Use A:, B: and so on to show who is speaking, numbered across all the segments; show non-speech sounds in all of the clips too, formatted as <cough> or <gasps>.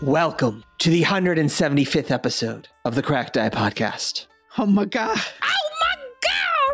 A: Welcome to the 175th episode of the Crack Die Podcast.
B: Oh my god.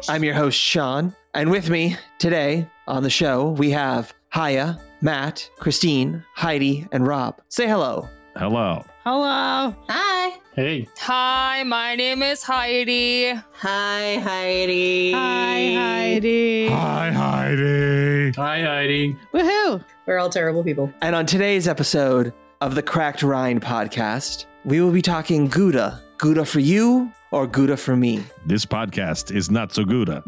A: I'm your host, Sean, and with me today on the show, we have Haya, Matt, Christine, Heidi, and Rob. Say hello.
C: Hello.
B: Hello.
D: Hi.
C: Hey.
E: Hi, my name is Heidi.
D: Hi, Heidi.
B: Hi, Heidi. <gasps>
C: Hi, Heidi.
F: Hi, Heidi.
B: Woohoo.
D: We're all terrible people.
A: And on today's episode of the Cracked Rind Podcast, we will be talking Gouda. Gouda for you or Gouda for me?
C: This podcast is not so
G: <laughs>
C: good. uh.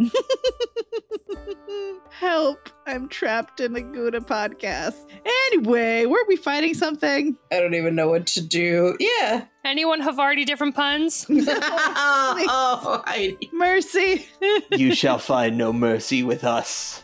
B: <laughs> Help. I'm trapped in the Gouda podcast. Anyway, weren't we fighting something?
D: I don't even know what to do. <laughs> Yeah.
E: Anyone have already different puns?
D: oh, Heidi.
B: Mercy. <laughs>
A: you shall find no mercy with us.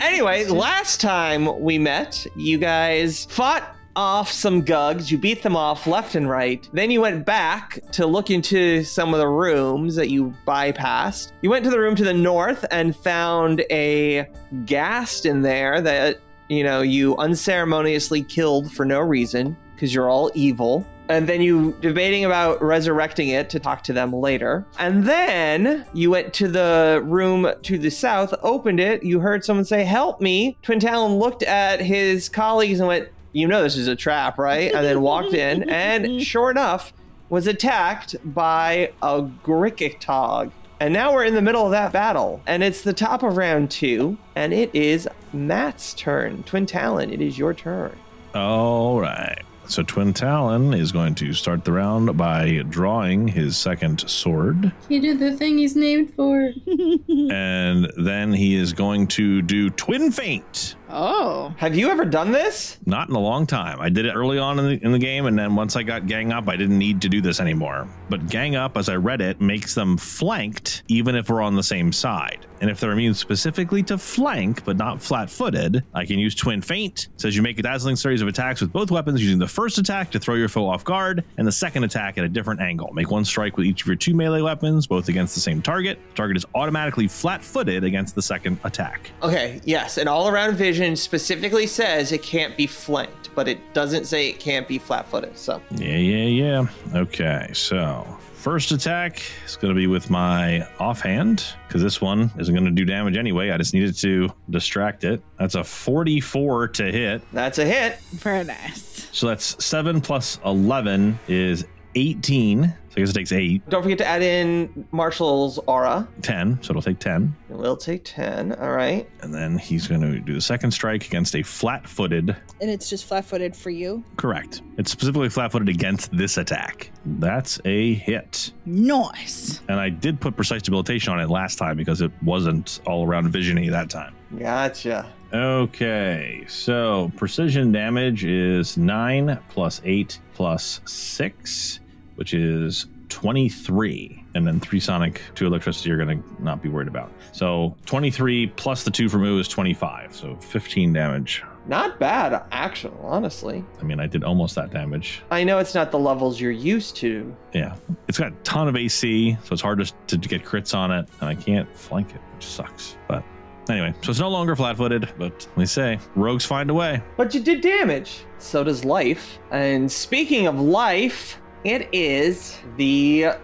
A: anyway, last time we met, you guys fought off some gugs. You beat them off left and right. Then you went back to look into some of the rooms that you bypassed. You went to the room to the north and found a ghast in there that, you know, you unceremoniously killed for no reason because you're all evil. And then you debating about resurrecting it to talk to them later. And then you went to the room to the south, opened it, you heard someone say, Help me. Twin Talon looked at his colleagues and went, You know this is a trap, right? And then walked in and sure enough was attacked by a Gricketog. And now we're in the middle of that battle. And it's the top of round two. And it is Matt's turn. Twin Talon, it is your turn.
C: All right. So Twin Talon is going to start the round by drawing his second sword,
G: He did the thing he's named for.
C: <laughs> and then he is going to do Twin Feint.
B: oh.
A: Have you ever done this?
C: Not in a long time. I did it early on in the, in the game, and then once I got Gang Up, I didn't need to do this anymore. But Gang Up, as I read it, makes them flanked, even if we're on the same side. And if they're immune specifically to flank, but not flat footed, I can use Twin Feint. Says you make a dazzling series of attacks with both weapons using the first attack to throw your foe off guard, and the second attack at a different angle. Make one strike with each of your two melee weapons, both against the same target. Target is automatically flat footed against the second attack.
A: Okay, yes, and all around vision specifically says it can't be flanked, but it doesn't say it can't be flat footed. So,
C: Yeah, yeah, yeah. Okay, so first attack is going to be with my offhand because this one isn't going to do damage anyway. I just needed to distract it. That's a 44 to hit.
A: that's a hit.
B: Very nice.
C: So that's 7 plus 11 is 18. So I guess it takes 8,
A: Don't forget to add in Marshall's aura.
C: 10. So it'll take 10.
A: It will take 10. All right.
C: And then he's going to do the second strike against a flat footed.
H: And it's just flat footed for you.
C: Correct. It's specifically flat footed against this attack. That's a hit.
B: Nice.
C: And I did put precise debilitation on it last time because it wasn't all around visiony that time.
A: Gotcha.
C: Okay, so precision damage is 9 plus 8 plus 6, which is 23. And then 3 sonic, 2 electricity you're going to not be worried about. So 23 plus the 2 from Ooh is 25, so 15 damage.
A: Not bad, actually, honestly.
C: I mean, I did almost that damage.
A: I know it's not the levels you're used to.
C: Yeah. It's got a ton of AC, so it's hard to, to get crits on it, and I can't flank it, which sucks. But anyway, so it's no longer flat footed, but let me say, rogues find a way.
A: But you did damage. So does life. And speaking of life, it is the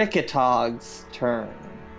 A: Grickatog's turn.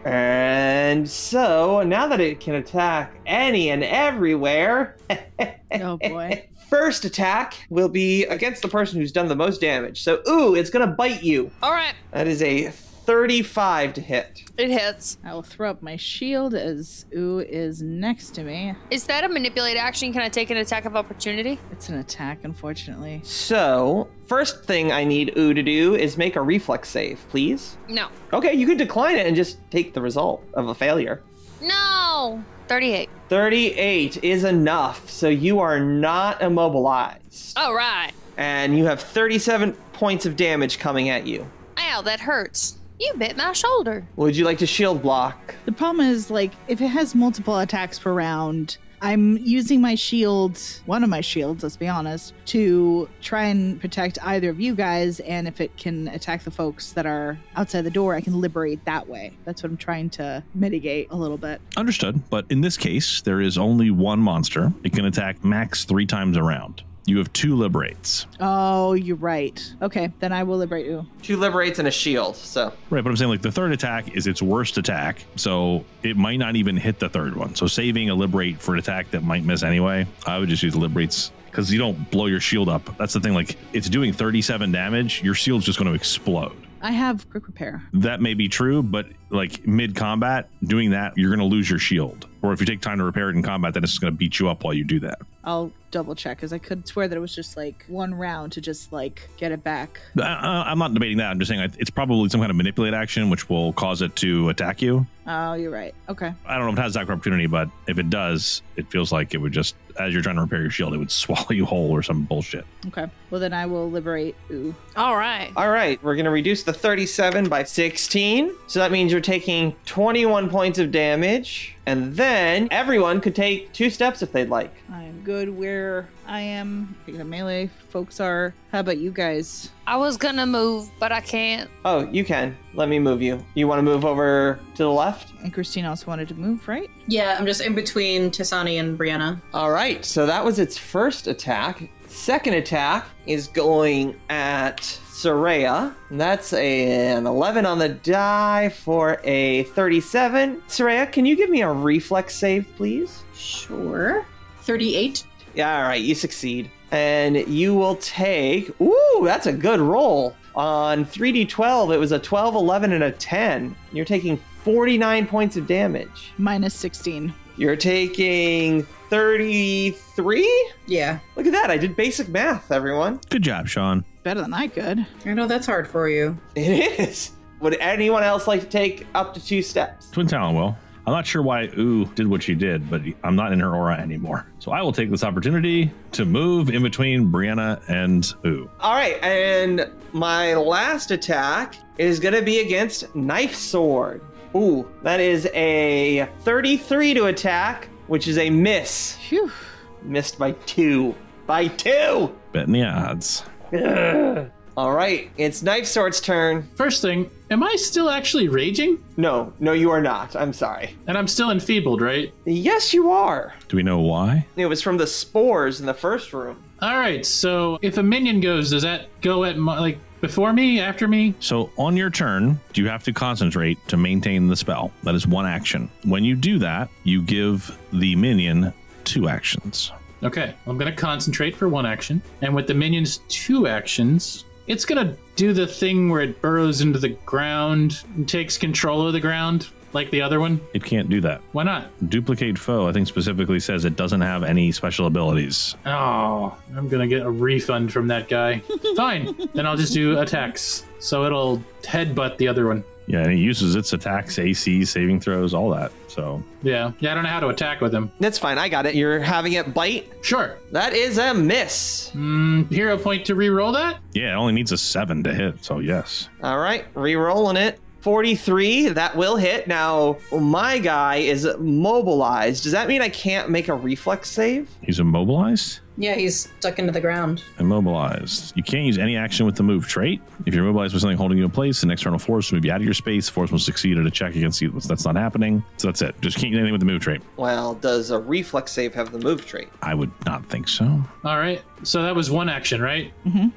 A: And so now that it can attack any and everywhere, <laughs>
B: Oh boy.
A: first attack will be against the person who's done the most damage. So, ooh, it's gonna bite you.
E: All right,
A: That is a 35 to hit.
E: it hits.
B: <laughs> I will throw up my shield as Ooh is next to me.
E: Is that a manipulate action? Can I take an attack of opportunity?
B: It's an attack, unfortunately.
A: So, first thing I need ooh to do is make a reflex save, please.
E: No.
A: Okay, you can decline it and just take the result of a failure.
E: No! 38.
A: 38 is enough, so you are not immobilized.
E: All right.
A: And you have 37 points of damage coming at you.
E: Ow, that hurts. You bit my shoulder.
A: Would you like to shield block?
B: The problem is, like, if it has multiple attacks per round, I'm using my shield, one of my shields, let's be honest, to try and protect either of you guys. And if it can attack the folks that are outside the door, I can liberate that way. That's what I'm trying to mitigate a little bit.
C: Understood, but in this case, there is only one monster. It can attack max three times a round. You have two liberates.
B: Oh, you're right. Okay, then I will liberate you.
A: Two liberates and a shield. So
C: Right, but I'm saying like the third attack is its worst attack, so it might not even hit the third one. So saving a liberate for an attack that might miss anyway, I would just use liberates because you don't blow your shield up. That's the thing. Like it's doing 37 damage, your shield's just going to explode.
B: I have quick repair.
C: That may be true, but like mid combat, doing that, you're going to lose your shield. Or if you take time to repair it in combat, then it's just going to beat you up while you do that.
B: I'll double check because I could swear that it was just like one round to just like get it back.
C: I- I, uh, I'm not debating that. I'm just saying I- it's probably some kind of manipulate action, which will cause it to attack you.
B: Oh, you're right. Okay.
C: I don't know if it has that opportunity, but if it does, it feels like it would just, as you're trying to repair your shield, it would <laughs> swallow you whole or some bullshit.
B: Okay. Well, then I will liberate Ooh.
E: All right.
A: all right, we're gonna reduce the 37 by 16. So that means you're taking 21 points of damage, and then everyone could take two steps if they'd like.
B: I'm good where I am. I think the melee folks are. How about you guys?
E: I was gonna move, but I can't.
A: Oh, you can. Let me move you. You want to move over to the left?
B: And Christine also wanted to move, right?
D: Yeah, I'm just in between Tisani and Brianna.
A: All right, so that was its first attack. Second attack is going at Soraya. That's an 11 on the die for a 37. Soraya, can you give me a reflex save, please?
D: Sure. 38.
A: Yeah, all right, you succeed. And you will take. Ooh, that's a good roll. On 3d12, it was a 12, 11, and a 10. You're taking 49 points of damage.
B: Minus 16.
A: You're taking 33?
D: Yeah.
A: Look at that. I did basic math, everyone. <laughs>
C: Good job, Sean.
B: Better than I could.
D: I know that's hard for you.
A: It is. Would anyone else like to take up to two steps?
C: Twin Talon will. I'm not sure why Ooh did what she did, but I'm not in her aura anymore. So I will take this opportunity to move in between Brianna and Ooh.
A: All right. And my last attack is going to be against Knife Sword. Ooh, that is a 33 to attack, which is a miss.
B: Phew.
A: Missed by two. By two!
C: Betting the odds.
A: Ugh. All right. It's Knife Sword's turn.
F: First thing, am I still actually raging?
A: No, no, you are not. I'm sorry.
F: And I'm still enfeebled, right?
A: Yes, you are.
C: Do we know why?
A: It was from the spores in the first room.
F: All right. So if a minion goes, does that go at my, like before me, after me?
C: So on your turn, you have to concentrate to maintain the spell. That is one action. When you do that, you give the minion two actions.
F: Okay, I'm gonna concentrate for one action, and with the minion's two actions, it's gonna do the thing where it burrows into the ground and takes control of the ground, like the other one.
C: It can't do that.
F: Why not?
C: Duplicate foe, I think specifically says it doesn't have any special abilities.
F: Oh, I'm gonna get a refund from that guy. Fine, then I'll just do attacks. So it'll headbutt the other one.
C: Yeah, and it uses its attacks, AC, saving throws, all that. So
F: Yeah, yeah, I don't know how to attack with him.
A: That's fine. I got it. You're having it bite.
F: Sure.
A: That is a miss.
F: Mm, hero point to re-roll that.
C: yeah, it only needs a seven to hit. So yes,
A: All right, re-rolling it. 43, that will hit. Now, my guy is mobilized. Does that mean I can't make a reflex save?
C: he's immobilized.
D: Yeah, he's stuck into the ground.
C: Immobilized. You can't use any action with the move trait. If you're immobilized with something holding you in place, an external force will move you out of your space. Force will succeed at a check against you. That's not happening. So that's it. Just can't do anything with the move trait.
A: Well, does a reflex save have the move trait?
C: I would not think so.
F: All right. So that was one action, right?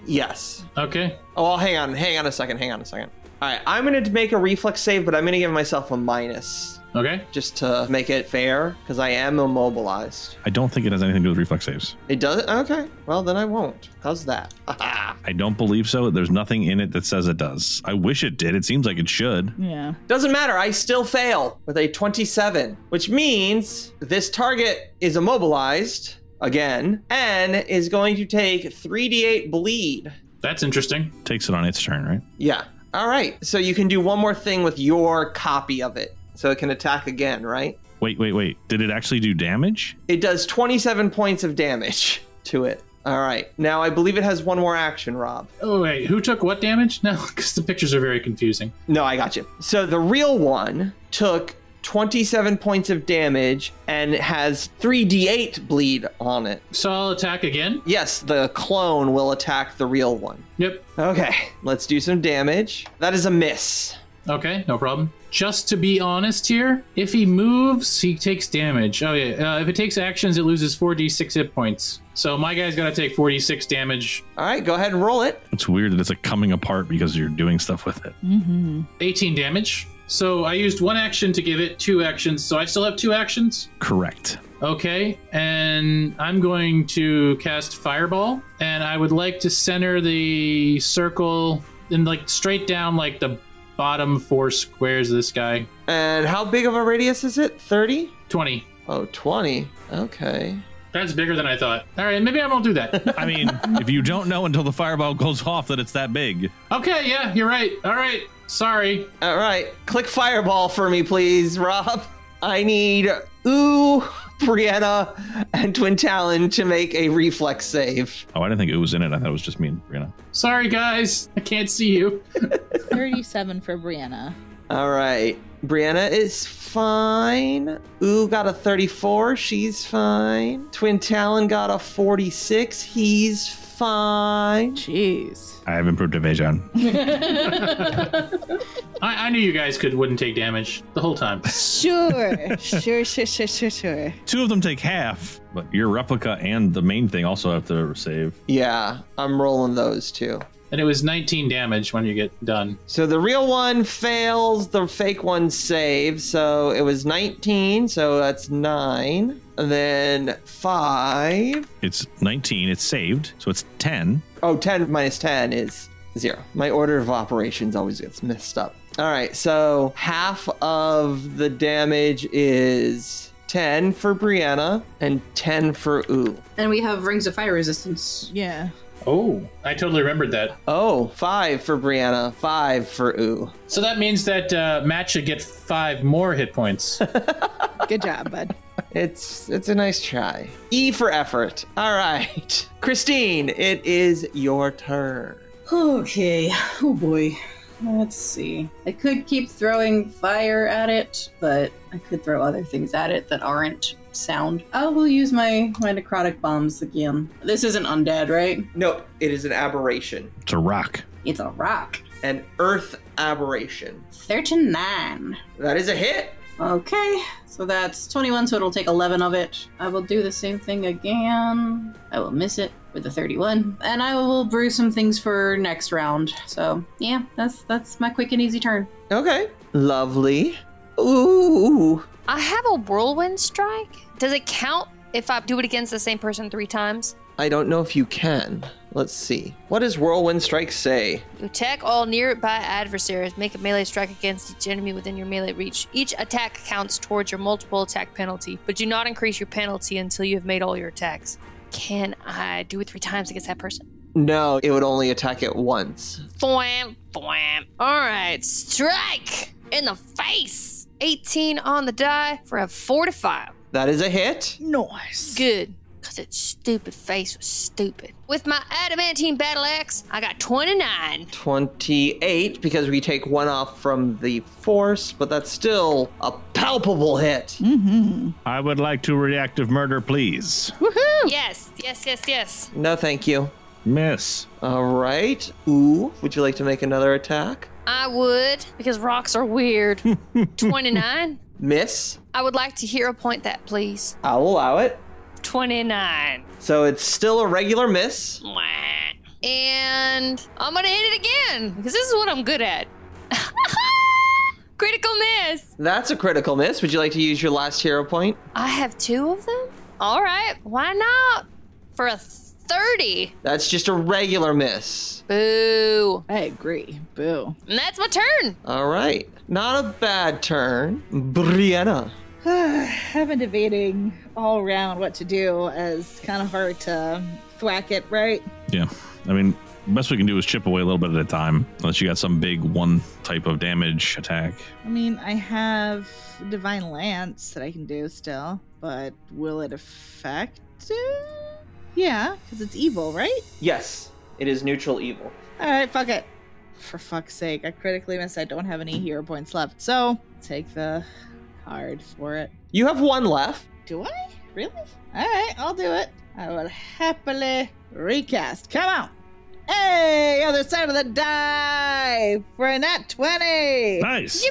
A: Yes.
F: Okay.
A: Oh, well, hang on. Hang on a second. Hang on a second. All right, I'm going to make a reflex save, but I'm going to give myself a minus
F: Okay.
A: just to make it fair because I am immobilized.
C: I don't think it has anything to do with reflex saves.
A: It doesn't? Okay. Well, then I won't. How's that? <laughs> Haha.
C: I don't believe so. There's nothing in it that says it does. I wish it did. It seems like it should.
B: Yeah.
A: Doesn't matter, I still fail with a 27, which means this target is immobilized again and is going to take 3d8 bleed.
F: That's interesting.
C: Takes it on its turn, right?
A: Yeah. All right. So you can do one more thing with your copy of it. So it can attack again, right?
C: Wait, wait, wait. Did it actually do damage?
A: It does 27 points of damage <laughs> to it. All right. Now I believe it has one more action, Rob.
F: Oh wait, who took what damage? <laughs> No, because the pictures are very confusing.
A: No, I got you. So the real one took 27 points of damage and has 3d8 bleed on it.
F: So I'll attack again.
A: Yes, the clone will attack the real one.
F: Yep.
A: Okay, let's do some damage. That is a miss.
F: Okay, no problem. Just to be honest here, if he moves, he takes damage. Oh yeah, uh, if it takes actions, it loses 4d6 hit points. So my guy's got to take 46 damage.
A: All right, go ahead and roll it.
C: It's weird that it's like coming apart because you're doing stuff with it.
B: Mm-hmm.
F: 18 damage. So I used one action to give it two actions. So I still have two actions.
C: Correct.
F: Okay, and I'm going to cast Fireball, and I would like to center the circle in like straight down like the bottom four squares of this guy.
A: And how big of a radius is it? 30?
F: 20.
A: Oh, 20. Okay.
F: That's bigger than I thought. All right, maybe I won't
C: <laughs>
F: do that.
C: I mean, if you don't know until the fireball goes off that it's that big,
F: okay, yeah, you're right. All right, sorry.
A: All right. Click fireball for me, please, Rob. I need Ooh, Brianna, and Twin Talon to make a reflex save.
C: oh, I didn't think it was in it. I thought it was just me and Brianna.
F: Sorry, guys. I can't see you.
B: 37 for Brianna.
A: All right. Brianna is fine. Ooh got a 34. She's fine. Twin Talon got a 46. He's fine.
B: Jeez.
C: I have improved evasion.
F: I, I knew you guys could wouldn't take damage the whole time.
H: Sure, sure, sure, sure, sure, sure.
C: <laughs> Two of them take half, but your replica and the main thing also have to save.
A: Yeah, I'm rolling those two.
F: And it was 19 damage when you get done.
A: So the real one fails, the fake one saves. So it was 19, so that's 9. And then 5.
C: It's 19. It's saved, so it's 10.
A: Oh, 10 minus 10 is 0. My order of operations always gets messed up. All right, so half of the damage is 10 for Brianna and 10 for Ooh.
D: And we have rings of fire resistance.
B: Yeah.
F: Oh, I totally remembered that.
A: Oh, 5 for Brianna, 5 for Ooh.
F: So that means that uh, Matt should get five more hit points.
B: Good job, bud.
A: It's it's a nice try. E for effort. All right. <laughs> Christine, it is your turn.
D: Okay. Oh boy. Let's see. I could keep throwing fire at it, but I could throw other things at it that aren't sound. I will use my my necrotic bombs again. This isn't undead, right?
A: No, it is an aberration.
C: It's a rock.
D: It's a rock.
A: An earth aberration.
D: 39.
A: That is a hit.
D: Okay, so that's 21, so it'll take 11 of it. I will do the same thing again. I will miss it with the 31. And I will brew some things for next round. So, yeah, that's that's my quick and easy turn.
A: Okay. Lovely. Ooh.
E: I have a whirlwind strike. Does it count if I do it against the same person three times?
A: I don't know if you can. Let's see. What does Whirlwind Strike say?
E: You attack all nearby adversaries. Make a melee strike against each enemy within your melee reach. Each attack counts towards your multiple attack penalty, but do not increase your penalty until you have made all your attacks. Can I do it three times against that person?
A: No, it would only attack it once.
E: Fwam, fwam. All right, strike in the face. 18 on the die for a 45.
A: That is a hit.
B: Nice.
E: Good. Because its stupid face was stupid. With my adamantine battle axe, I got 29.
A: 28, because we take one off from the force, but that's still a palpable hit.
B: Mm-hmm.
C: I would like to reactive murder, please.
B: Woohoo!
E: Yes, yes, yes, yes.
A: No, thank you.
C: Miss.
A: All right. Ooh, would you like to make another attack?
E: I would, because rocks are <laughs> weird. 29.
A: Miss.
E: I would like to hero point that, please.
A: I'll allow it.
E: 29.
A: So it's still a regular miss.
E: Mwah. And I'm going to hit it again, because this is what I'm good at. <laughs> Critical miss.
A: That's a critical miss. Would you like to use your last hero point?
E: I have two of them? All right, why not? For a 30.
A: That's just a regular miss.
E: Boo.
B: I agree. Boo.
E: And that's my turn.
A: All right. Not a bad turn. Brianna.
B: <sighs> I've been debating all around what to do as kind of hard to thwack it, right?
C: Yeah. I mean, best we can do is chip away a little bit at a time, unless you got some big one type of damage attack.
B: I mean, I have Divine Lance that I can do still, but will it affect it? Yeah, because it's evil, right?
A: Yes, it is neutral evil.
B: All right, fuck it. For fuck's sake, I critically missed. I don't have any hero points left, so take the card for it.
A: You have one left.
B: Do I? Really? All right, I'll do it. I will happily recast. Come on. Hey, other side of the die for a nat 20.
C: Nice.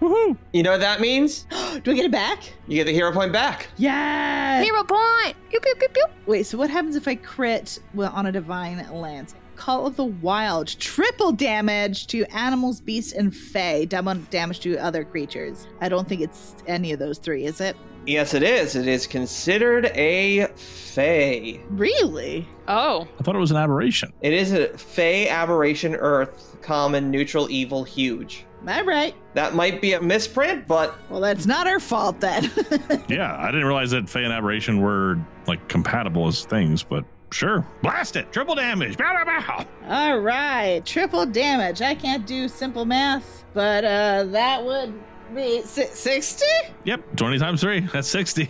E: Woohoo.
A: You know what that means?
B: <gasps> Do I get it back?
A: You get the hero point back.
B: Yes.
E: Hero point. Pew, pew, pew, pew.
B: Wait, so what happens if I crit well, on a divine lance? Call of the Wild, triple damage to animals, beasts, and fae, double damage to other creatures. I don't think it's any of those three, is it?
A: Yes, it is. It is considered a fey.
B: Really?
E: Oh.
C: I thought it was an aberration.
A: It is a fey aberration earth, common, neutral, evil, huge.
B: All right.
A: That might be a misprint, <laughs> but
B: Well, that's not our fault then. <laughs>
C: Yeah, I didn't realize that Fey and aberration were like compatible as things, but sure, blast it, triple damage. Bow, bow, bow.
B: All right, triple damage. I can't do simple math, but uh, that would be si- 60?
C: Yep, twenty times three. That's sixty.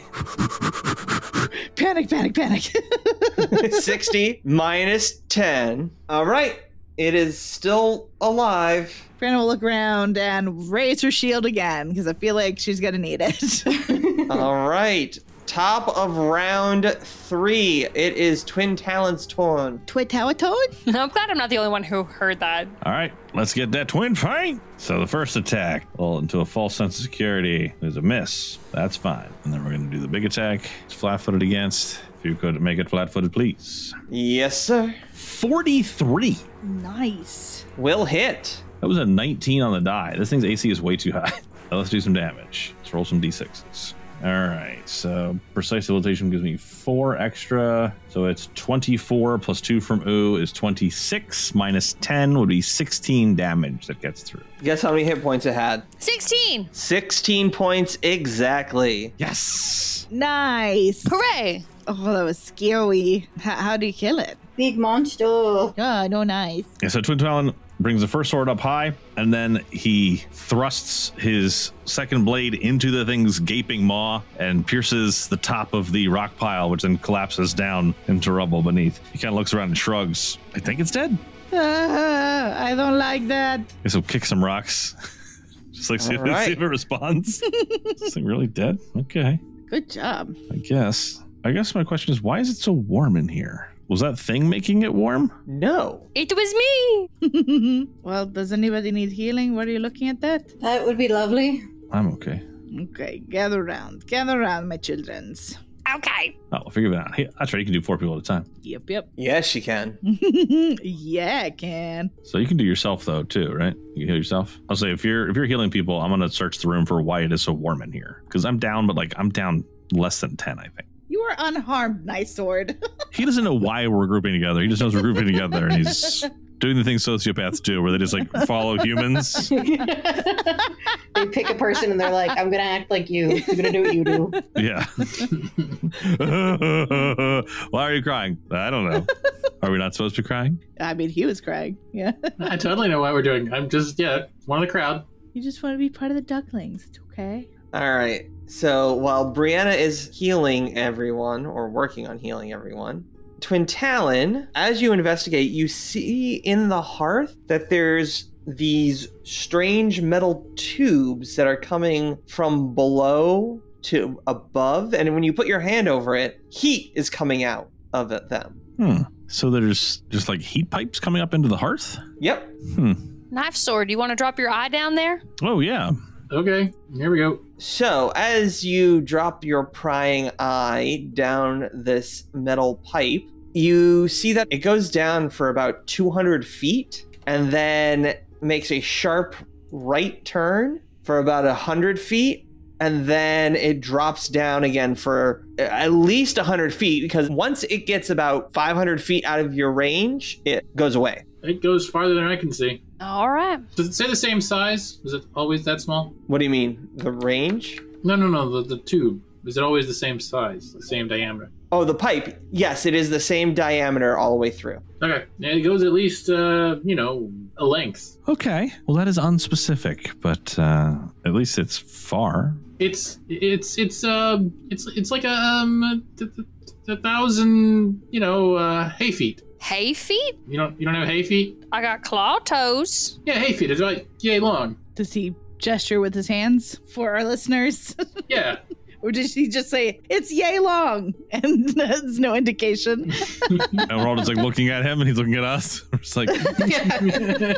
B: Panic, panic, panic. <laughs>
A: 60 minus 10. All right. It is still alive.
B: Fran will look around and raise her shield again because I feel like she's going to need it. <laughs>
A: All right. Top of round three. It is Twin Talons Torn.
B: Twit Tower Toad?
E: <laughs> I'm glad I'm not the only one who heard that.
C: All right, let's get that twin fight. So the first attack, well, into a false sense of security, is a miss. That's fine. And then we're going to do the big attack. It's flat-footed against. If you could make it flat-footed, please.
A: Yes, sir.
C: Forty-three.
B: Nice.
A: Will hit.
C: That was a nineteen on the die. This thing's AC is way too high. <laughs> Now let's do some damage. Let's roll some d6s. All right, so precise civilization gives me four extra. So it's 24 plus two from Ooh is 26, minus 10 would be 16 damage that gets through.
A: Guess how many hit points it had?
E: 16.
A: 16 points exactly.
C: Yes!
B: Nice.
E: Hooray.
B: Oh, that was scary. H- how do you kill it?
G: Big monster.
B: Oh, no, nice.
C: Yeah, so Twin Talon brings the first sword up high, and then he thrusts his second blade into the thing's gaping maw and pierces the top of the rock pile, which then collapses down into rubble beneath. He kind of looks around and shrugs. I think it's dead.
B: Ah, <laughs> I don't like that.
C: Guess he'll kick some rocks. <laughs> Just like see,
A: All right.
C: <laughs> see if it
A: <laughs>
C: responds. Is this thing really dead? Okay,
B: Good job. <laughs>
C: I guess. I guess my question is, why is it so warm in here? Was that thing making it warm?
A: No.
E: It was me.
B: well, does anybody need healing? What are you looking at that?
D: That would be lovely.
C: I'm okay.
B: Okay, gather round. Gather round, my childrens.
E: Okay.
C: Oh, I'll figure it out. Hey, that's right. You can do four people at a time.
B: Yep, yep. <laughs>
A: Yes, she can.
B: yeah, I can.
C: So you can do yourself though too, right? You can heal yourself. I'll say if you're if you're healing people, I'm gonna search the room for why it is so warm in here because I'm down, but like I'm down less than ten, I think.
B: You are unharmed, nice sword. <laughs>
C: He doesn't know why we're grouping together. He just knows we're grouping together, and he's doing the things sociopaths do, where they just like follow humans.
D: they pick a person and they're like, I'm gonna act like you. I'm gonna do what you do.
C: Yeah. <laughs> why are you crying? I don't know. Are we not supposed to be crying?
B: I mean, he was crying. Yeah.
F: I totally know what we're doing. I'm just yeah, one of the crowd.
B: You just want to be part of the ducklings. It's okay.
A: All right. So while Brianna is healing everyone or working on healing everyone, Twin Talon, as you investigate, you see in the hearth that there's these strange metal tubes that are coming from below to above. And when you put your hand over it, heat is coming out of it- them.
C: Hmm. So there's just like heat pipes coming up into the hearth. Hmm.
A: Yep.
E: Knife sword. You want to drop your eye down there?
C: Oh yeah.
F: Okay, here we go.
A: So, as you drop your prying eye down this metal pipe, you see that it goes down for about 200 feet and then makes a sharp right turn for about 100 feet. And then it drops down again for at least 100 feet because once it gets about 500 feet out of your range, it goes away.
F: It goes farther than I can see.
E: All right.
F: Does it say the same size? Is it always that small?
A: What do you mean? The range?
F: No, no, no. The, the tube. Is it always the same size, the same diameter?
A: Oh, the pipe. Yes, it is the same diameter all the way through.
F: Okay, and it goes at least uh, you know a length.
C: Okay. Well, that is unspecific, but uh, at least it's far.
F: It's it's it's uh it's it's like a um a, th- th- th- thousand you know uh, hay feet.
E: Hay feet.
F: You don't you don't have hay feet?
E: I got claw toes.
F: Yeah, hay feet. It's like yay long.
B: Does he gesture with his hands for our listeners?
F: Yeah, <laughs>
B: Or did she just say, it's yay long? <laughs> And there's no indication.
C: And we're all just like looking at him and he's looking at us. <laughs> We're just like,
E: <laughs>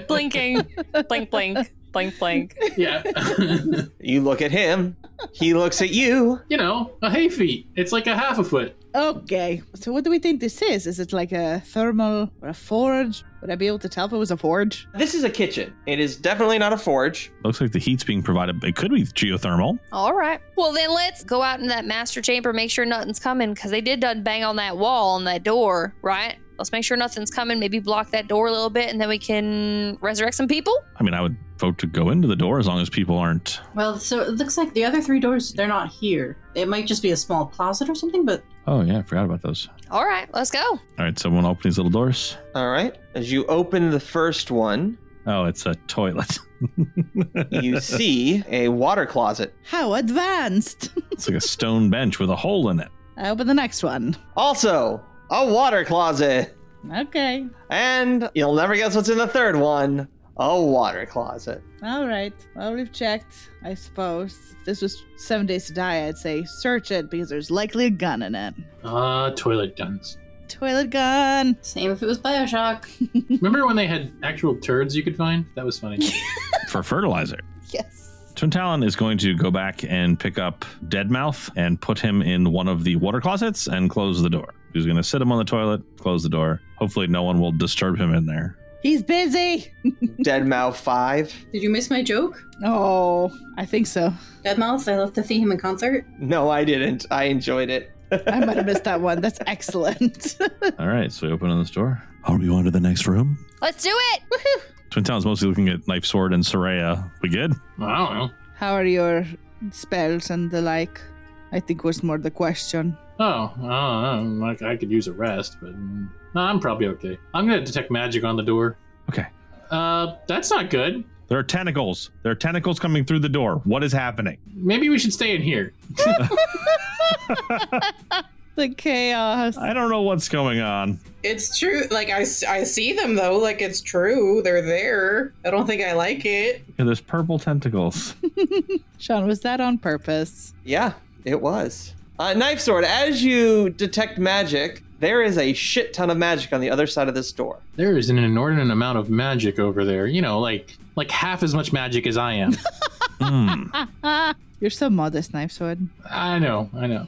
E: Blinking. blink, blink, blink, blink.
F: yeah. <laughs>
A: You look at him,
B: <laughs>
A: he looks at you.
F: you know, a hay feet. It's like a half a foot.
B: okay. So what do we think this is? Is it like a thermal or a forge? Would I be able to tell if it was a forge?
A: This is a kitchen. It is definitely not a forge.
C: looks like the heat's being provided. It could be geothermal.
E: All right. Well, then let's go out in that master chamber, make sure nothing's coming, because they did done bang on that wall and that door, right? Let's make sure nothing's coming, maybe block that door a little bit, and then we can resurrect some people.
C: I mean, I would vote to go into the door as long as people aren't.
D: well, so it looks like the other three doors, they're not here. It might just be a small closet or something, but
C: Oh, yeah, I forgot about those.
E: All right, let's go.
C: All right, so we'll open these little doors.
A: All right. As you open the first one,
C: Oh, it's a toilet. <laughs>
A: <laughs> you see a water closet.
B: How advanced. <laughs>
C: It's like a stone bench with a hole in it.
B: I open the next one.
A: Also, a water closet.
B: Okay.
A: And you'll never guess what's in the third one a water closet.
B: All right. Well, we've checked, I suppose. If this was seven days to die, I'd say search it because there's likely a gun in it.
F: Ah, toilet guns.
B: Toilet gun.
D: same if it was Bioshock. <laughs>
F: Remember when they had actual turds you could find? That was funny.
C: for fertilizer.
B: Yes.
C: Twin Talon is going to go back and pick up Deadmouth and put him in one of the water closets and close the door. He's going to sit him on the toilet, close the door. Hopefully, no one will disturb him in there.
B: He's busy.
A: <laughs> Dead Mouth 5.
D: Did you miss my joke?
B: Oh, I think so.
D: Deadmouth, I left the theme in concert.
A: No, I didn't. I enjoyed it.
B: I might have missed that one. That's excellent. <laughs>
C: All right, so we open on this door. Are we on to the next room?
E: Let's do it.
C: Twin Talon's mostly looking at Knife Sword and Soraya. We good?
F: I don't know.
B: How are your spells and the like? I think was more the question.
F: Oh, I don't know. Like, I could use a rest, but mm, no, I'm probably okay. I'm gonna detect magic on the door.
C: Okay.
F: Uh, that's not good.
C: There are tentacles. There are tentacles coming through the door. What is happening? <laughs>
F: Maybe we should stay in here.
B: The chaos.
C: I don't know what's going on.
I: It's true. Like I, s- I see them though. Like it's true. They're there. I don't think I like it.
C: Yeah, there's purple tentacles.
B: Sean, was that on purpose?
A: <laughs> Yeah, it was. Uh, knife sword, as you detect magic, there is a shit ton of magic on the other side of this door.
F: There is an inordinate amount of magic over there. You know, like like half as much magic as I am.
C: Hmm.
B: You're so modest, knife sword.
F: I know, I know.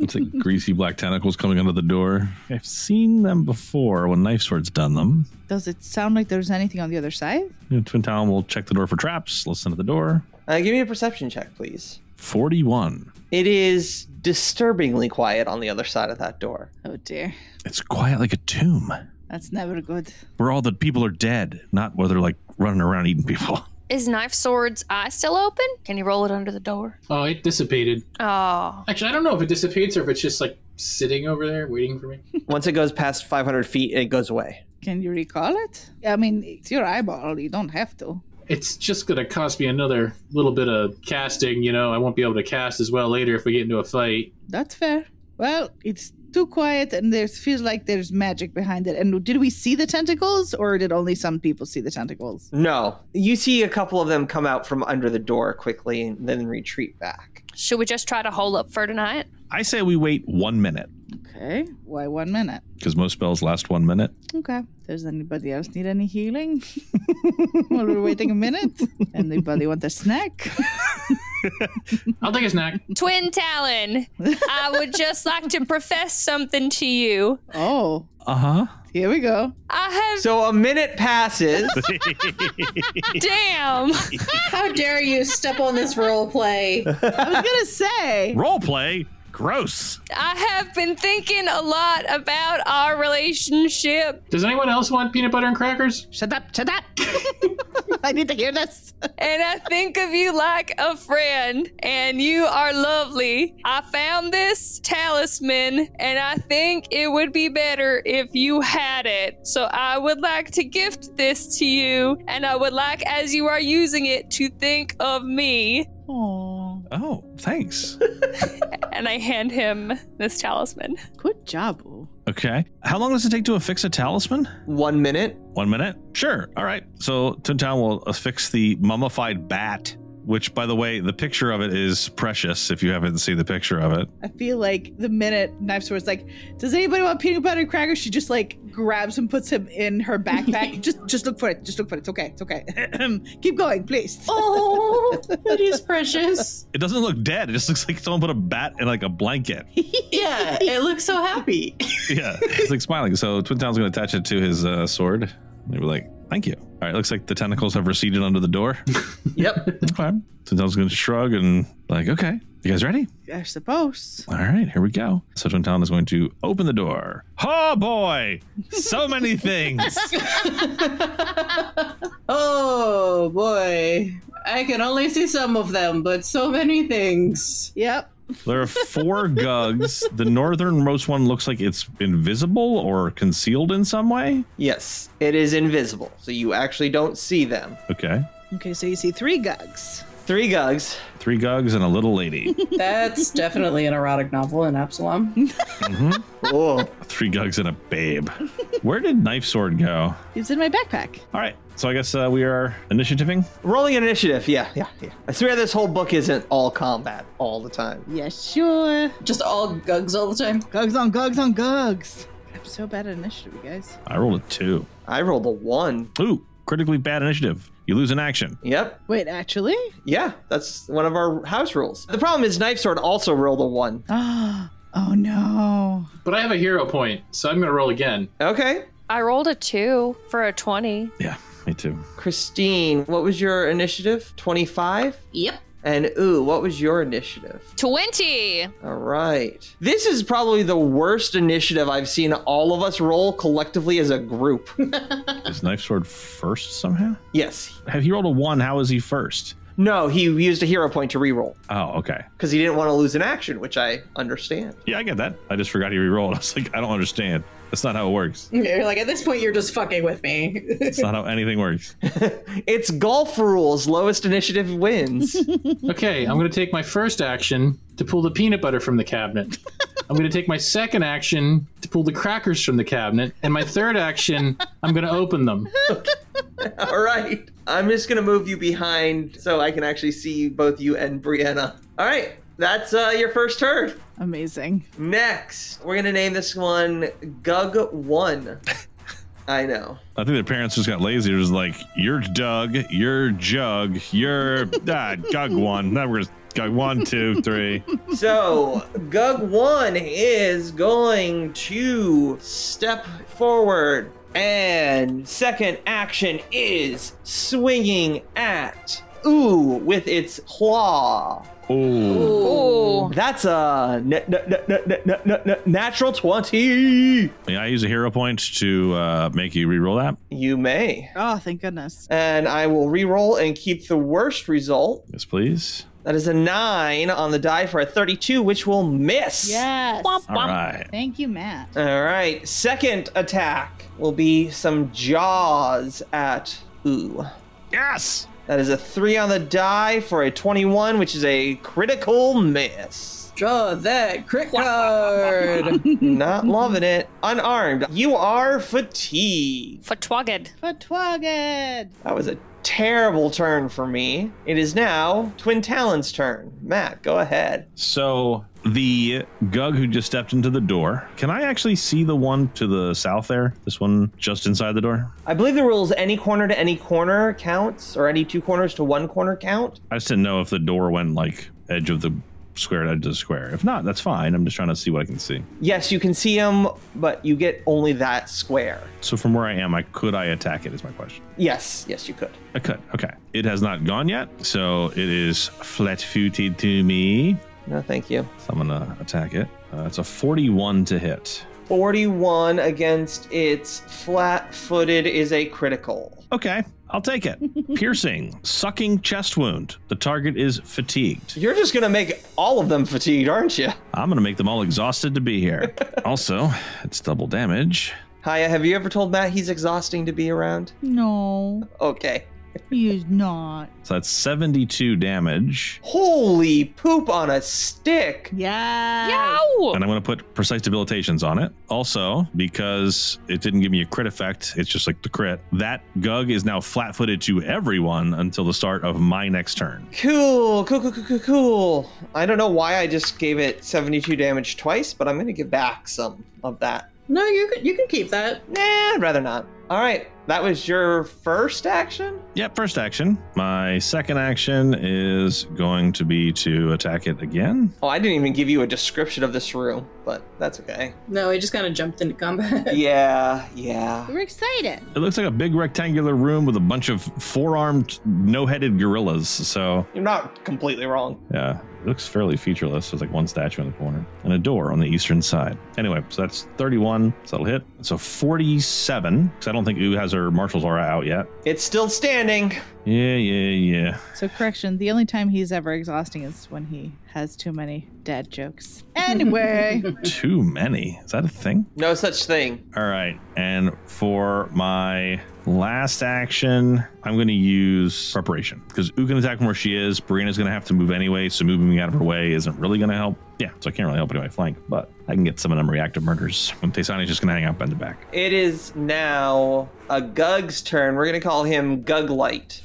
C: It's like greasy black tentacles coming under the door. I've seen them before when Knife Sword's done them.
B: Does it sound like there's anything on the other side?
C: You know, Twin Talon will check the door for traps, listen to the door.
A: Uh, give me a perception check, please.
C: 41.
A: It is disturbingly quiet on the other side of that door.
B: Oh dear.
C: It's quiet like a tomb
B: That's never good.
C: where all the people are dead, not where they're like running around eating people.
E: <laughs> Is Knife Sword's eye still open? Can you roll it under the door?
F: Oh, it dissipated.
E: Oh,
F: Actually, I don't know if it dissipates or if it's just like sitting over there waiting for me.
A: Once it goes past 500 feet, it goes away.
B: Can you recall it? I mean, it's your eyeball. You don't have to.
F: It's just gonna cost me another little bit of casting. You know, I won't be able to cast as well later if we get into a fight.
B: That's fair. Well, it's too quiet, and there's feels like there's magic behind it. And did we see the tentacles, or did only some people see the tentacles?
A: No. You see a couple of them come out from under the door quickly and then retreat back.
E: should we just try to hole up for tonight?
C: I say we wait one minute
B: Okay. Why one minute?
C: because most spells last one minute.
B: Okay. Does anybody else need any healing? <laughs> While we're waiting a minute, anybody want a snack?
F: I'll take a snack.
E: Twin Talon, I would just like to profess something to you.
B: Oh,
C: Uh huh.
B: here we go.
E: I have
A: So a minute passes.
E: Damn.
I: How dare you step on this role play?
B: I was gonna say.
C: Role play? Gross.
E: I have been thinking a lot about our relationship,
F: Does anyone else want peanut butter and crackers?
B: Shut up! Shut up! <laughs> I need to hear this.
E: and I think of you like a friend, and you are lovely. I found this talisman, and I think it would be better if you had it. So I would like to gift this to you, and I would like, as you are using it, to think of me.
B: Oh,
C: Oh, thanks.
E: And I hand him this talisman.
B: good job. Ooh.
C: <laughs> Okay. How long does it take to affix a talisman?
A: One minute.
C: One minute? Sure. All right. So Toontown will affix the mummified bat which, by the way, the picture of it is precious if you haven't seen the picture of it.
B: I feel like the minute Knife Sword's like, does anybody want peanut butter crackers? She just like grabs him, puts him in her <laughs> backpack. just just look for it. Just look for it. It's okay. It's okay. <clears throat> Keep going, please.
D: Oh, that is precious.
C: It doesn't look dead. It just looks like someone put a bat in like a blanket.
D: Yeah, it looks so happy.
C: yeah, he's like smiling. So Twin Town's going to attach it to his uh, sword. They were like, "Thank you." All right, looks like the tentacles have receded under the door.
A: Yep.
C: okay. Twin Town's going to shrug and like, "Okay, you guys ready?"
B: I suppose.
C: All right, here we go. So Twin Town is going to open the door. Oh boy, so many things.
D: oh boy. I can only see some of them, but so many things.
B: Yep.
C: There are four gugs. The northernmost one looks like it's invisible or concealed in some way.
A: Yes, it is invisible, so you actually don't see them.
C: Okay.
B: Okay, so you see three gugs.
A: Three gugs.
C: Three gugs and a little lady.
D: That's definitely an erotic novel in Absalom.
C: Mhm.
A: <laughs> Oh,
C: Three gugs and a babe. Where did Knife Sword go?
B: It's in my backpack.
C: All right. So I guess uh, we are initiativing.
A: rolling initiative. Yeah, yeah, yeah. I swear this whole book isn't all combat all the time.
B: Yeah, sure.
D: Just all gugs all the time.
B: Gugs on gugs on gugs. I'm so bad at initiative, you guys.
C: I rolled a two.
A: I rolled a one.
C: Ooh, critically bad initiative. You lose an action.
A: Yep.
B: Wait, actually? <gasps>
A: Yeah, that's one of our house rules. The problem is knife sword also rolled a one.
B: Oh, oh no.
F: But I have a hero point, so I'm gonna roll again.
A: Okay.
E: I rolled a two for a 20.
C: Yeah, me too.
A: Christine, what was your initiative? 25?
D: Yep.
A: And ooh, what was your initiative?
E: 20!
A: All right. This is probably the worst initiative I've seen all of us roll collectively as a group. <laughs>
C: Is Knife Sword first somehow?
A: yes.
C: Have he rolled a one? How is he first?
A: No, he used a hero point to reroll
C: Oh, okay.
A: because he didn't want to lose an action, which I understand.
C: Yeah, I get that. I just forgot he re-rolled. <laughs> I was like, I don't understand. That's not how it works.
I: <laughs> You're like, at this point, you're just fucking with me.
C: It's not how anything works.
A: It's golf rules. Lowest initiative wins.
F: Okay, I'm gonna take my first action to pull the peanut butter from the cabinet. I'm gonna take my second action to pull the crackers from the cabinet, and my third action, I'm gonna open them.
A: all right. I'm just going to move you behind so I can actually see both you and Brianna. All right. That's uh, your first turn.
B: Amazing.
A: Next, we're going to name this one Gug 1. I know.
C: I think their parents just got lazy. It was like, you're Doug, you're Jug, you're ah, Gug one. Now we're just Gug one, two, three.
A: So, Gug 1 is going to step forward. And second action is swinging at Ooh with its claw.
C: Oh,
E: Ooh.
A: That's a na- na- na- na- na- na- na- na- natural 20.
C: yeah. I use a hero point to uh, make you re-roll that.
A: You may.
B: Oh, thank goodness.
A: And I will re-roll and keep the worst result.
C: Yes, please.
A: That is a 9 on the die for a 32, which will miss.
B: Yes.
C: All right.
B: Thank you, Matt.
A: All right. Second attack will be some jaws at ooh.
C: Yes.
A: That is a three on the die for a 21, which is a critical miss.
D: Draw that crit card.
A: <laughs> Not loving it. Unarmed. You are fatigued.
E: Fatwagged.
B: Fatwagged.
A: That was a terrible turn for me. It is now Twin Talon's turn. Matt, go ahead.
C: So the Gug who just stepped into the door. Can I actually see the one to the south there? This one just inside the door.
A: I believe the rule is any corner to any corner counts, or any two corners to one corner count.
C: I just didn't know if the door went like edge of the square to edge of the square. If not, that's fine. I'm just trying to see what I can see.
A: Yes, you can see him, but you get only that square.
C: So from where I am, I could I attack it? Is my question.
A: Yes, yes, you could.
C: I could. Okay. It has not gone yet, so it is flat footed to me.
A: No, thank you.
C: So I'm gonna attack it. Uh, it's a 41 to hit.
A: 41 against its flat footed is a critical.
C: Okay, I'll take it. Piercing, sucking chest wound. The target is fatigued.
A: You're just going to make all of them fatigued, aren't you?
C: I'm gonna make them all exhausted to be here. also, it's double damage.
A: Haya, have you ever told Matt he's exhausting to be around?
B: No.
A: Okay.
B: He's not.
C: So that's 72 damage.
A: Holy poop on a stick.
E: Uh,
B: Yeah.
E: Yow!
C: And I'm going to put precise debilitations on it. Also, because it didn't give me a crit effect, it's just like the crit. That Gug is now flat footed to everyone until the start of my next turn.
A: Cool, cool, cool, cool, cool, cool. I don't know why I just gave it 72 damage twice, but I'm gonna give back some of that.
I: No, you can, you can keep that.
A: Nah, I'd rather not. All right, that was your first action.
C: Yep, first action. My second action is going to be to attack it again.
A: Oh, I didn't even give you a description of this room, but that's okay.
D: No, I just kind of jumped into combat.
A: Yeah, yeah.
H: We're excited.
C: It looks like a big rectangular room with a bunch of four armed, no headed gorillas. So,
A: You're not completely wrong.
C: yeah, it looks fairly featureless. There's like one statue in the corner and a door on the eastern side. Anyway, so that's 31. So that'll hit. So 47. Because I don't think Ooh has her martial aura out yet.
A: It's still standing.
C: Yeah, yeah, yeah. <laughs>
B: So, correction the only time he's ever exhausting is when he has too many dad jokes. Anyway,
C: Too many. Is that a thing?
A: No such thing.
C: All right. And for my last action, I'm going to use preparation because Ooh can attack from where she is. Brianna's going to have to move anyway. So moving out of her way isn't really going to help. Yeah. So I can't really help anyway, flank, but I can get some of them reactive murders. When Taysani's just going to hang out, bend the back.
A: It is now a Gug's turn. We're gonna call him Gug Light.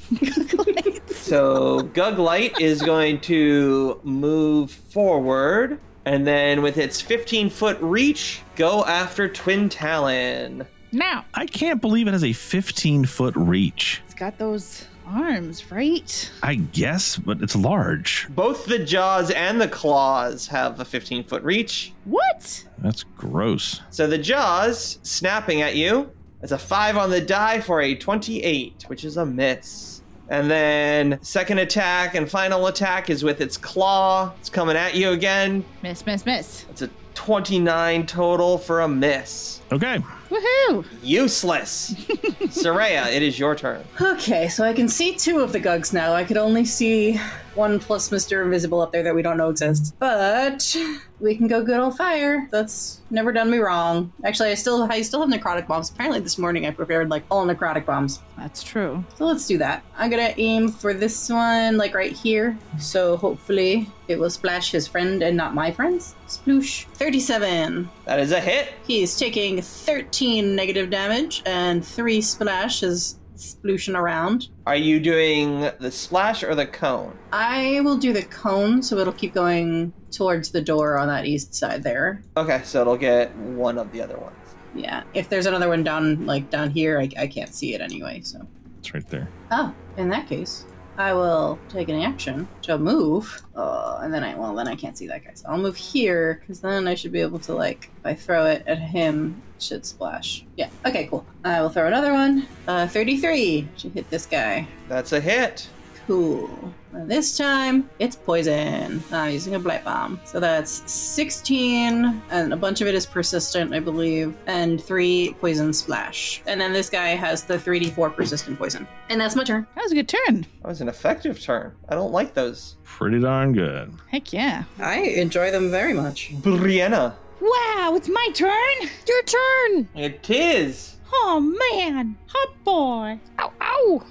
A: So Gug Light is going to move forward and then with its 15 foot reach, go after Twin Talon.
B: now
C: I can't believe it has a 15 foot reach.
B: it's got those arms, right?
C: I guess, but it's large.
A: Both the jaws and the claws have a 15 foot reach.
B: What?
C: That's gross.
A: So the jaws snapping at you. That's a 5 on the die for a 28, which is a miss. And then second attack and final attack is with its claw. It's coming at you again.
B: Miss, miss, miss.
A: It's a 29 total for a miss.
C: Okay.
B: Woohoo!
A: Useless. Soraya, it is your turn.
D: Okay, so I can see two of the Gugs now. I could only see one plus Mr. Invisible up there that we don't know exists. But we can go good old fire. That's never done me wrong. Actually, I still I still have necrotic bombs. Apparently, this morning I prepared like all necrotic bombs.
B: That's true.
D: So let's do that. I'm gonna aim for this one, like right here. So hopefully it will splash his friend and not my friends. Sploosh. 37.
A: That is a hit.
D: He's taking 13 negative damage and 3 splash is splooshing around.
A: Are you doing the splash or the cone?
D: I will do the cone, so it'll keep going towards the door on that east side there.
A: Okay, so it'll get one of the other ones.
D: Yeah. If there's another one down, like down here, I, I can't see it anyway, so.
C: It's right there.
D: Oh, in that case, I will take an action to move. Oh, and then I well, then I can't see that guy, so I'll move here because then I should be able to like if I throw it at him, it should splash. Yeah. Okay, cool. I will throw another one. Uh, thirty-three should hit this guy.
A: That's a hit.
D: Cool. And this time it's poison. I'm using a blight bomb. So that's 16, and a bunch of it is persistent, I believe, and three poison splash. And then this guy has the 3d4 persistent poison. And that's my turn.
B: That was a good turn.
A: That was an effective turn. I don't like those.
C: Pretty darn good.
B: Heck yeah.
I: I enjoy them very much.
A: Brianna.
H: Wow, it's my turn?
E: Your turn!
A: It is.
H: Oh man, hot boy.
E: Ow, ow!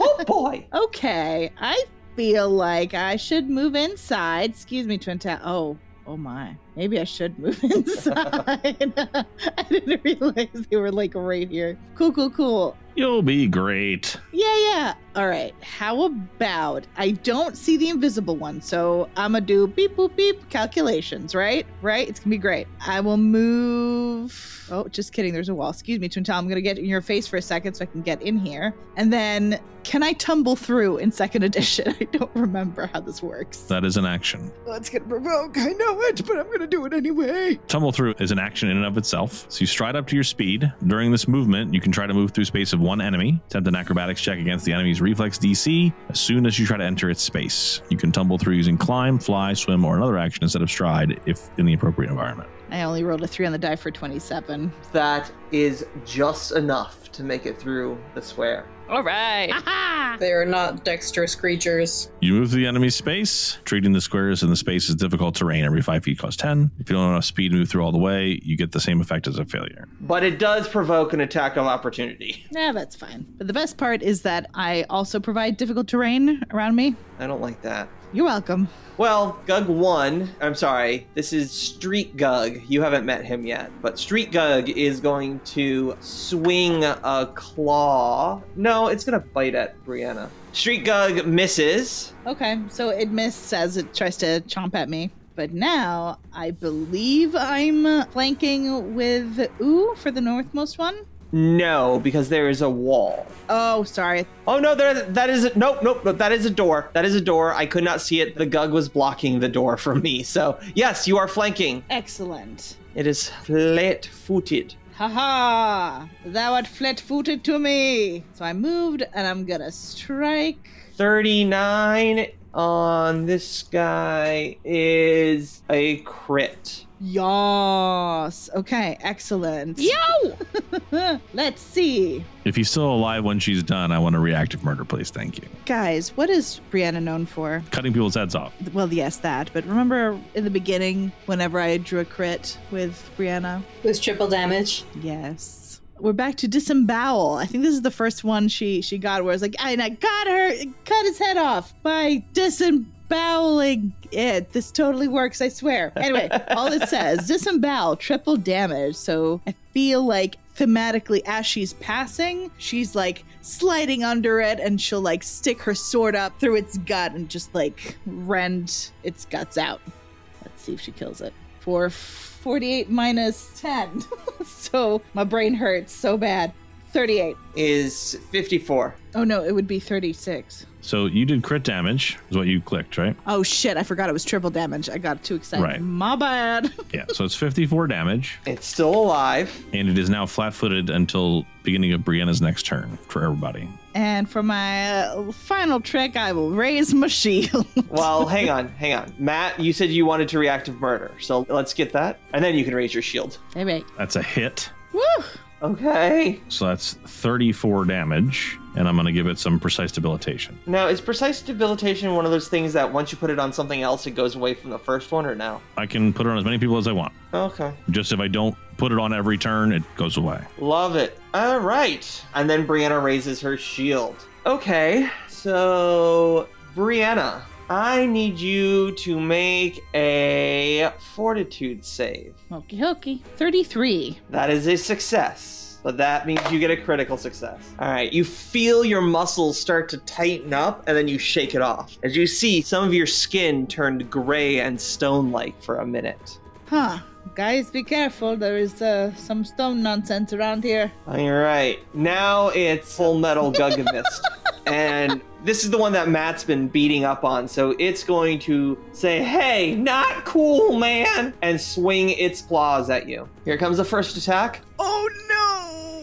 A: Oh boy.
B: Okay, I feel like I should move inside. Excuse me, Twin Town. Oh, oh my. Maybe I should move <laughs> inside. I didn't realize they were like right here. Cool, cool, cool.
C: You'll be great.
B: Yeah, yeah. All right. How about I don't see the invisible one, so I'm gonna do beep boop beep calculations. Right, right. It's gonna be great. I will move. Oh, just kidding. There's a wall. Excuse me, Twintel. I'm gonna get in your face for a second so I can get in here, and then can I tumble through in second edition? <laughs> I don't remember how this works.
C: That is an action.
B: Oh, it's gonna provoke. I know it, but I'm gonna do it anyway.
C: Tumble through is an action in and of itself. So you stride up to your speed. During this movement, you can try to move through space of one enemy. Attempt an acrobatics check against the enemy's reflex DC as soon as you try to enter its space. You can tumble through using climb, fly, swim, or another action instead of stride if in the appropriate environment.
B: I only rolled a three on the die for 27.
A: That is just enough to make it through the square.
E: All right.
H: Aha!
I: They are not dexterous creatures.
C: You move through the enemy space, treating the squares in the space as difficult terrain every five feet costs 10. If you don't have enough speed to move through all the way, you get the same effect as a failure.
A: But it does provoke an attack of opportunity.
B: Nah, that's fine. But the best part is that I also provide difficult terrain around me.
A: I don't like that.
B: You're welcome.
A: Well, Gug 1, I'm sorry, this is Street Gug. You haven't met him yet, but Street Gug is going to swing a claw. No, it's going to bite at Brianna. Street Gug misses.
B: Okay, so it missed as it tries to chomp at me. But now I believe I'm flanking with Ooh for the northmost one.
A: No, because there is a wall.
B: Oh, sorry.
A: Oh no, there that is a nope, nope, nope, that is a door. That is a door. I could not see it. The Gug was blocking the door from me. So, yes, you are flanking.
B: Excellent.
A: It is flat-footed.
B: Haha! Thou art flat footed to me! So I moved and I'm gonna strike.
A: 39 on this guy is a crit.
B: Yas! Okay, excellent.
E: Yo!
B: <laughs> Let's see.
C: If he's still alive when she's done, I want a reactive murder, please. Thank you.
B: Guys, what is Brianna known for?
C: Cutting people's heads off.
B: Well, yes, that. But remember in the beginning, whenever I drew a crit with Brianna?
D: With triple
I: <laughs>
D: damage.
B: Yes. We're back to disembowel. I think this is the first one she she got where it's like, and I got her, cut his head off by disemboweling it. This totally works, I swear. Anyway, all it says disembowel, triple damage. So I feel like thematically, as she's passing, she's like sliding under it, and she'll like stick her sword up through its gut and just like rend its guts out. Let's see if she kills it for 48 minus 10. <laughs> so my brain hurts so bad. 38.
A: Is 54.
B: Oh no, it would be 36.
C: So you did crit damage, is what you clicked, right?
B: Oh shit, I forgot it was triple damage. I got too excited.
C: Right.
B: My bad. <laughs>
C: Yeah. So it's 54 damage,
A: It's still alive.
C: and it is now flat footed until beginning of Brianna's next turn for everybody.
B: And for my uh, final trick, I will raise my shield. <laughs>
A: Well, hang on, hang on. Matt, you said you wanted to reactive murder, so let's get that, and then you can raise your shield.
B: All right.
C: That's a hit.
B: Woo!
A: Okay.
C: So that's 34 damage, and I'm going to give it some precise debilitation.
A: Now, is precise debilitation one of those things that once you put it on something else, it goes away from the first one, or no?
C: I can put it on as many people as I want.
A: Okay.
C: Just if I don't put it on every turn, it goes away.
A: Love it. All right. And then Brianna raises her shield. Okay. So, Brianna, I need you to make a fortitude save.
H: Okie dokie. 33.
A: That is a success. But that means you get a critical success. All right, you feel your muscles start to tighten up and then you shake it off. As you see, some of your skin turned gray and stone like for a minute.
B: Huh. Guys, be careful. There is uh, some stone nonsense around here.
A: All right, now it's Full Metal Gugamist. and this is the one that Matt's been beating up on, so it's going to say, hey, not cool, man, and swing its claws at you. Here comes the first attack
B: Oh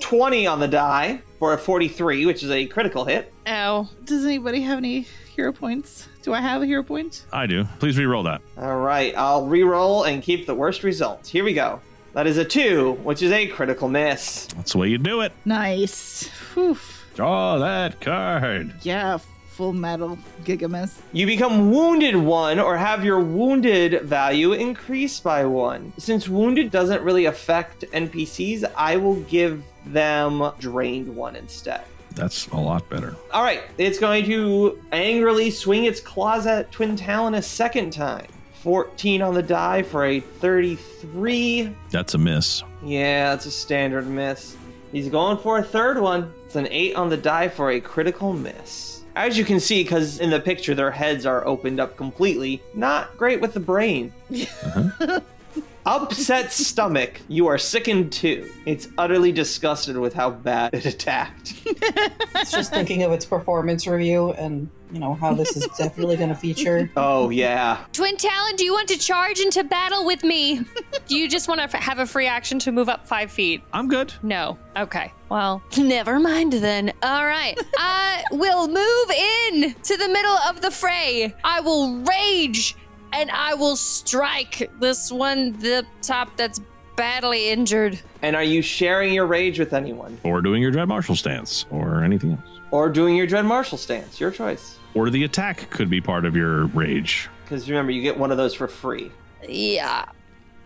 A: 20 on the die for a 43, which is a critical hit.
E: Ow.
B: no! Does anybody have any hero points? Do I have a hero point?
C: I do. Please re-roll that.
A: All right, I'll re-roll and keep the worst result. Here we go. That is a two, which is a critical miss.
C: That's the way you do it.
B: Nice. Oof.
C: Draw that card.
B: Yeah, full metal gigamus.
A: You become wounded one, or have your wounded value increase by one. Since wounded doesn't really affect NPCs, I will give them drained one instead.
C: That's a lot better.
A: All right, it's going to angrily swing its claws at Twin Talon a second time. 14 on the die for a 33.
C: That's a miss.
A: Yeah, that's a standard miss. He's going for a third one. It's an eight on the die for a critical miss. As you can see, because in the picture their heads are opened up completely, not great with the brain. Upset stomach. You are sickened too. It's utterly disgusted with how bad it attacked.
I: It's just thinking of its performance review and, you know, how this is definitely going to feature.
A: Oh, yeah.
E: <laughs> Twin Talon, do you want to charge into battle with me? <laughs> do you just want to f- have a free action to move up five feet?
C: I'm good.
E: No. Okay. Well, <laughs> never mind then. All right. <laughs> I will move in to the middle of the fray. I will rage and I will strike this one, the top that's badly injured.
A: And are you sharing your rage with anyone?
C: or doing your dread martial stance or anything else.
A: Or doing your Dread Marshal stance? Your choice.
C: Or the attack could be part of your rage.
A: Because remember, you get one of those for free.
E: Yeah.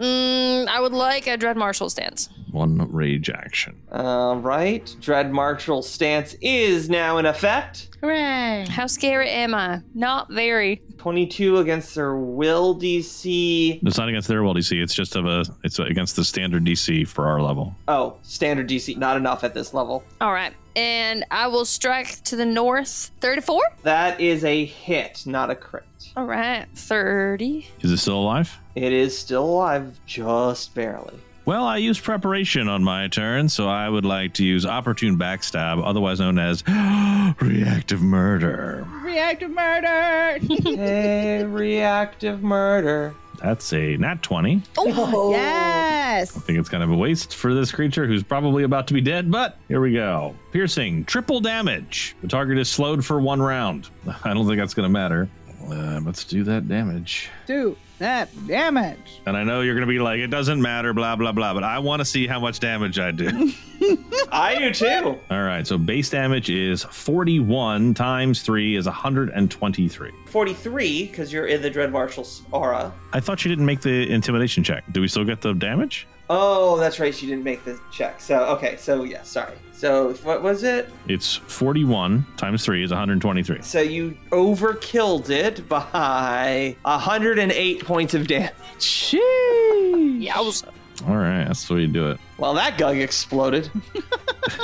E: Mm, I would like a Dread Marshal stance.
C: One rage action.
A: All right. Dread Marshal stance is now in effect.
E: <laughs>
J: Hooray.
E: How scary am I? Not very.
A: 22 against their will DC.
C: It's not against their will DC. It's just of a. It's against the standard DC for our level.
A: Oh, standard DC. Not enough at this level.
E: All right. And I will strike to the north. 34?
A: That is a hit, not a crit.
E: All right. 30.
C: Is it still alive?
A: It is still alive, just barely.
C: Well, I used preparation on my turn, so I would like to use opportune backstab, otherwise known as <gasps> reactive murder.
K: Reactive murder.
A: hey, reactive murder.
C: That's a nat 20.
E: Oh,
K: yes.
C: I think it's kind of a waste for this creature who's probably about to be dead, but here we go. Piercing, triple damage. The target is slowed for one round. <laughs> I don't think that's going to matter. Uh, let's do that damage.
K: Do that damage.
C: And I know you're going to be like, it doesn't matter, blah, blah, blah, but I want to see how much damage I do. <laughs>
A: I do too.
C: All right, so base damage is 41 times 3 is 123.
A: 43, because you're in the Dread Marshal's aura.
C: I thought you didn't make the intimidation check. Do we still get the damage?
A: Oh, that's right. She didn't make the check. So, okay. So, yeah, sorry. So, what was it?
C: It's 41 times 3 is 123.
A: So, you overkilled it by 108 points of damage.
E: yeah. I was-
C: All right, that's the way you do it.
A: Well, that gug exploded.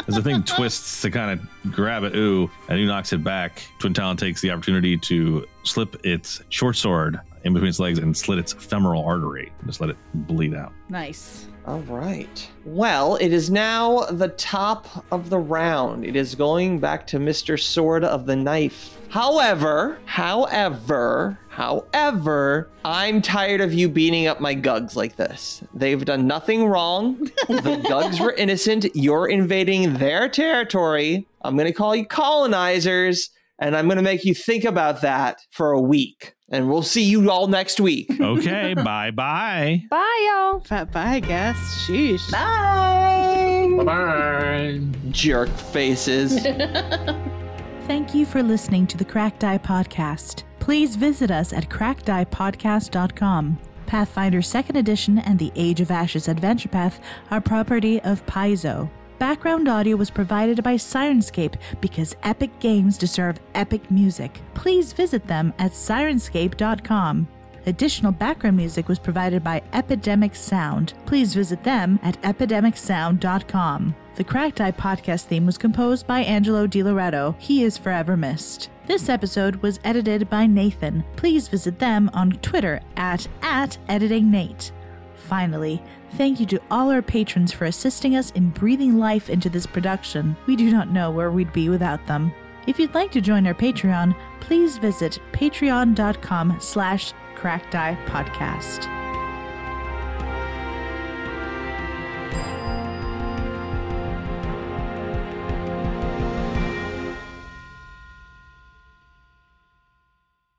C: As the thing twists to kind of grab it, ooh, and he knocks it back. Twin Talon takes the opportunity to slip its short sword in between its legs and slit its femoral artery. Just let it bleed out.
K: Nice.
A: All right. Well, it is now the top of the round. It is going back to Mr. Sword of the Knife. However, however, however, I'm tired of you beating up my gugs like this. They've done nothing wrong. The gugs were innocent. You're invading their territory. I'm going to call you colonizers, and I'm going to make you think about that for a week. And we'll see you all next week.
C: Okay, bye bye.
E: Bye, y'all.
K: Fat bye, guess. Sheesh.
F: Bye bye.
A: Jerk faces.
B: Thank you for listening to the Cracked Eye Podcast. Please visit us at crackedeyepodcast.com. Pathfinder 2nd Edition and the Age of Ashes Adventure Path are property of Paizo. Background audio was provided by Sirenscape because epic games deserve epic music. Please visit them at sirenscape.com. Additional background music was provided by Epidemic Sound. Please visit them at epidemicsound.com. The Cracked Eye podcast theme was composed by Angelo DiLoretto. He is forever missed. This episode was edited by Nathan. Please visit them on Twitter at, at editingnate. Finally, thank you to all our patrons for assisting us in breathing life into this production. We do not know where we'd be without them. If you'd like to join our Patreon, please visit patreon.com slash cracked eye podcast.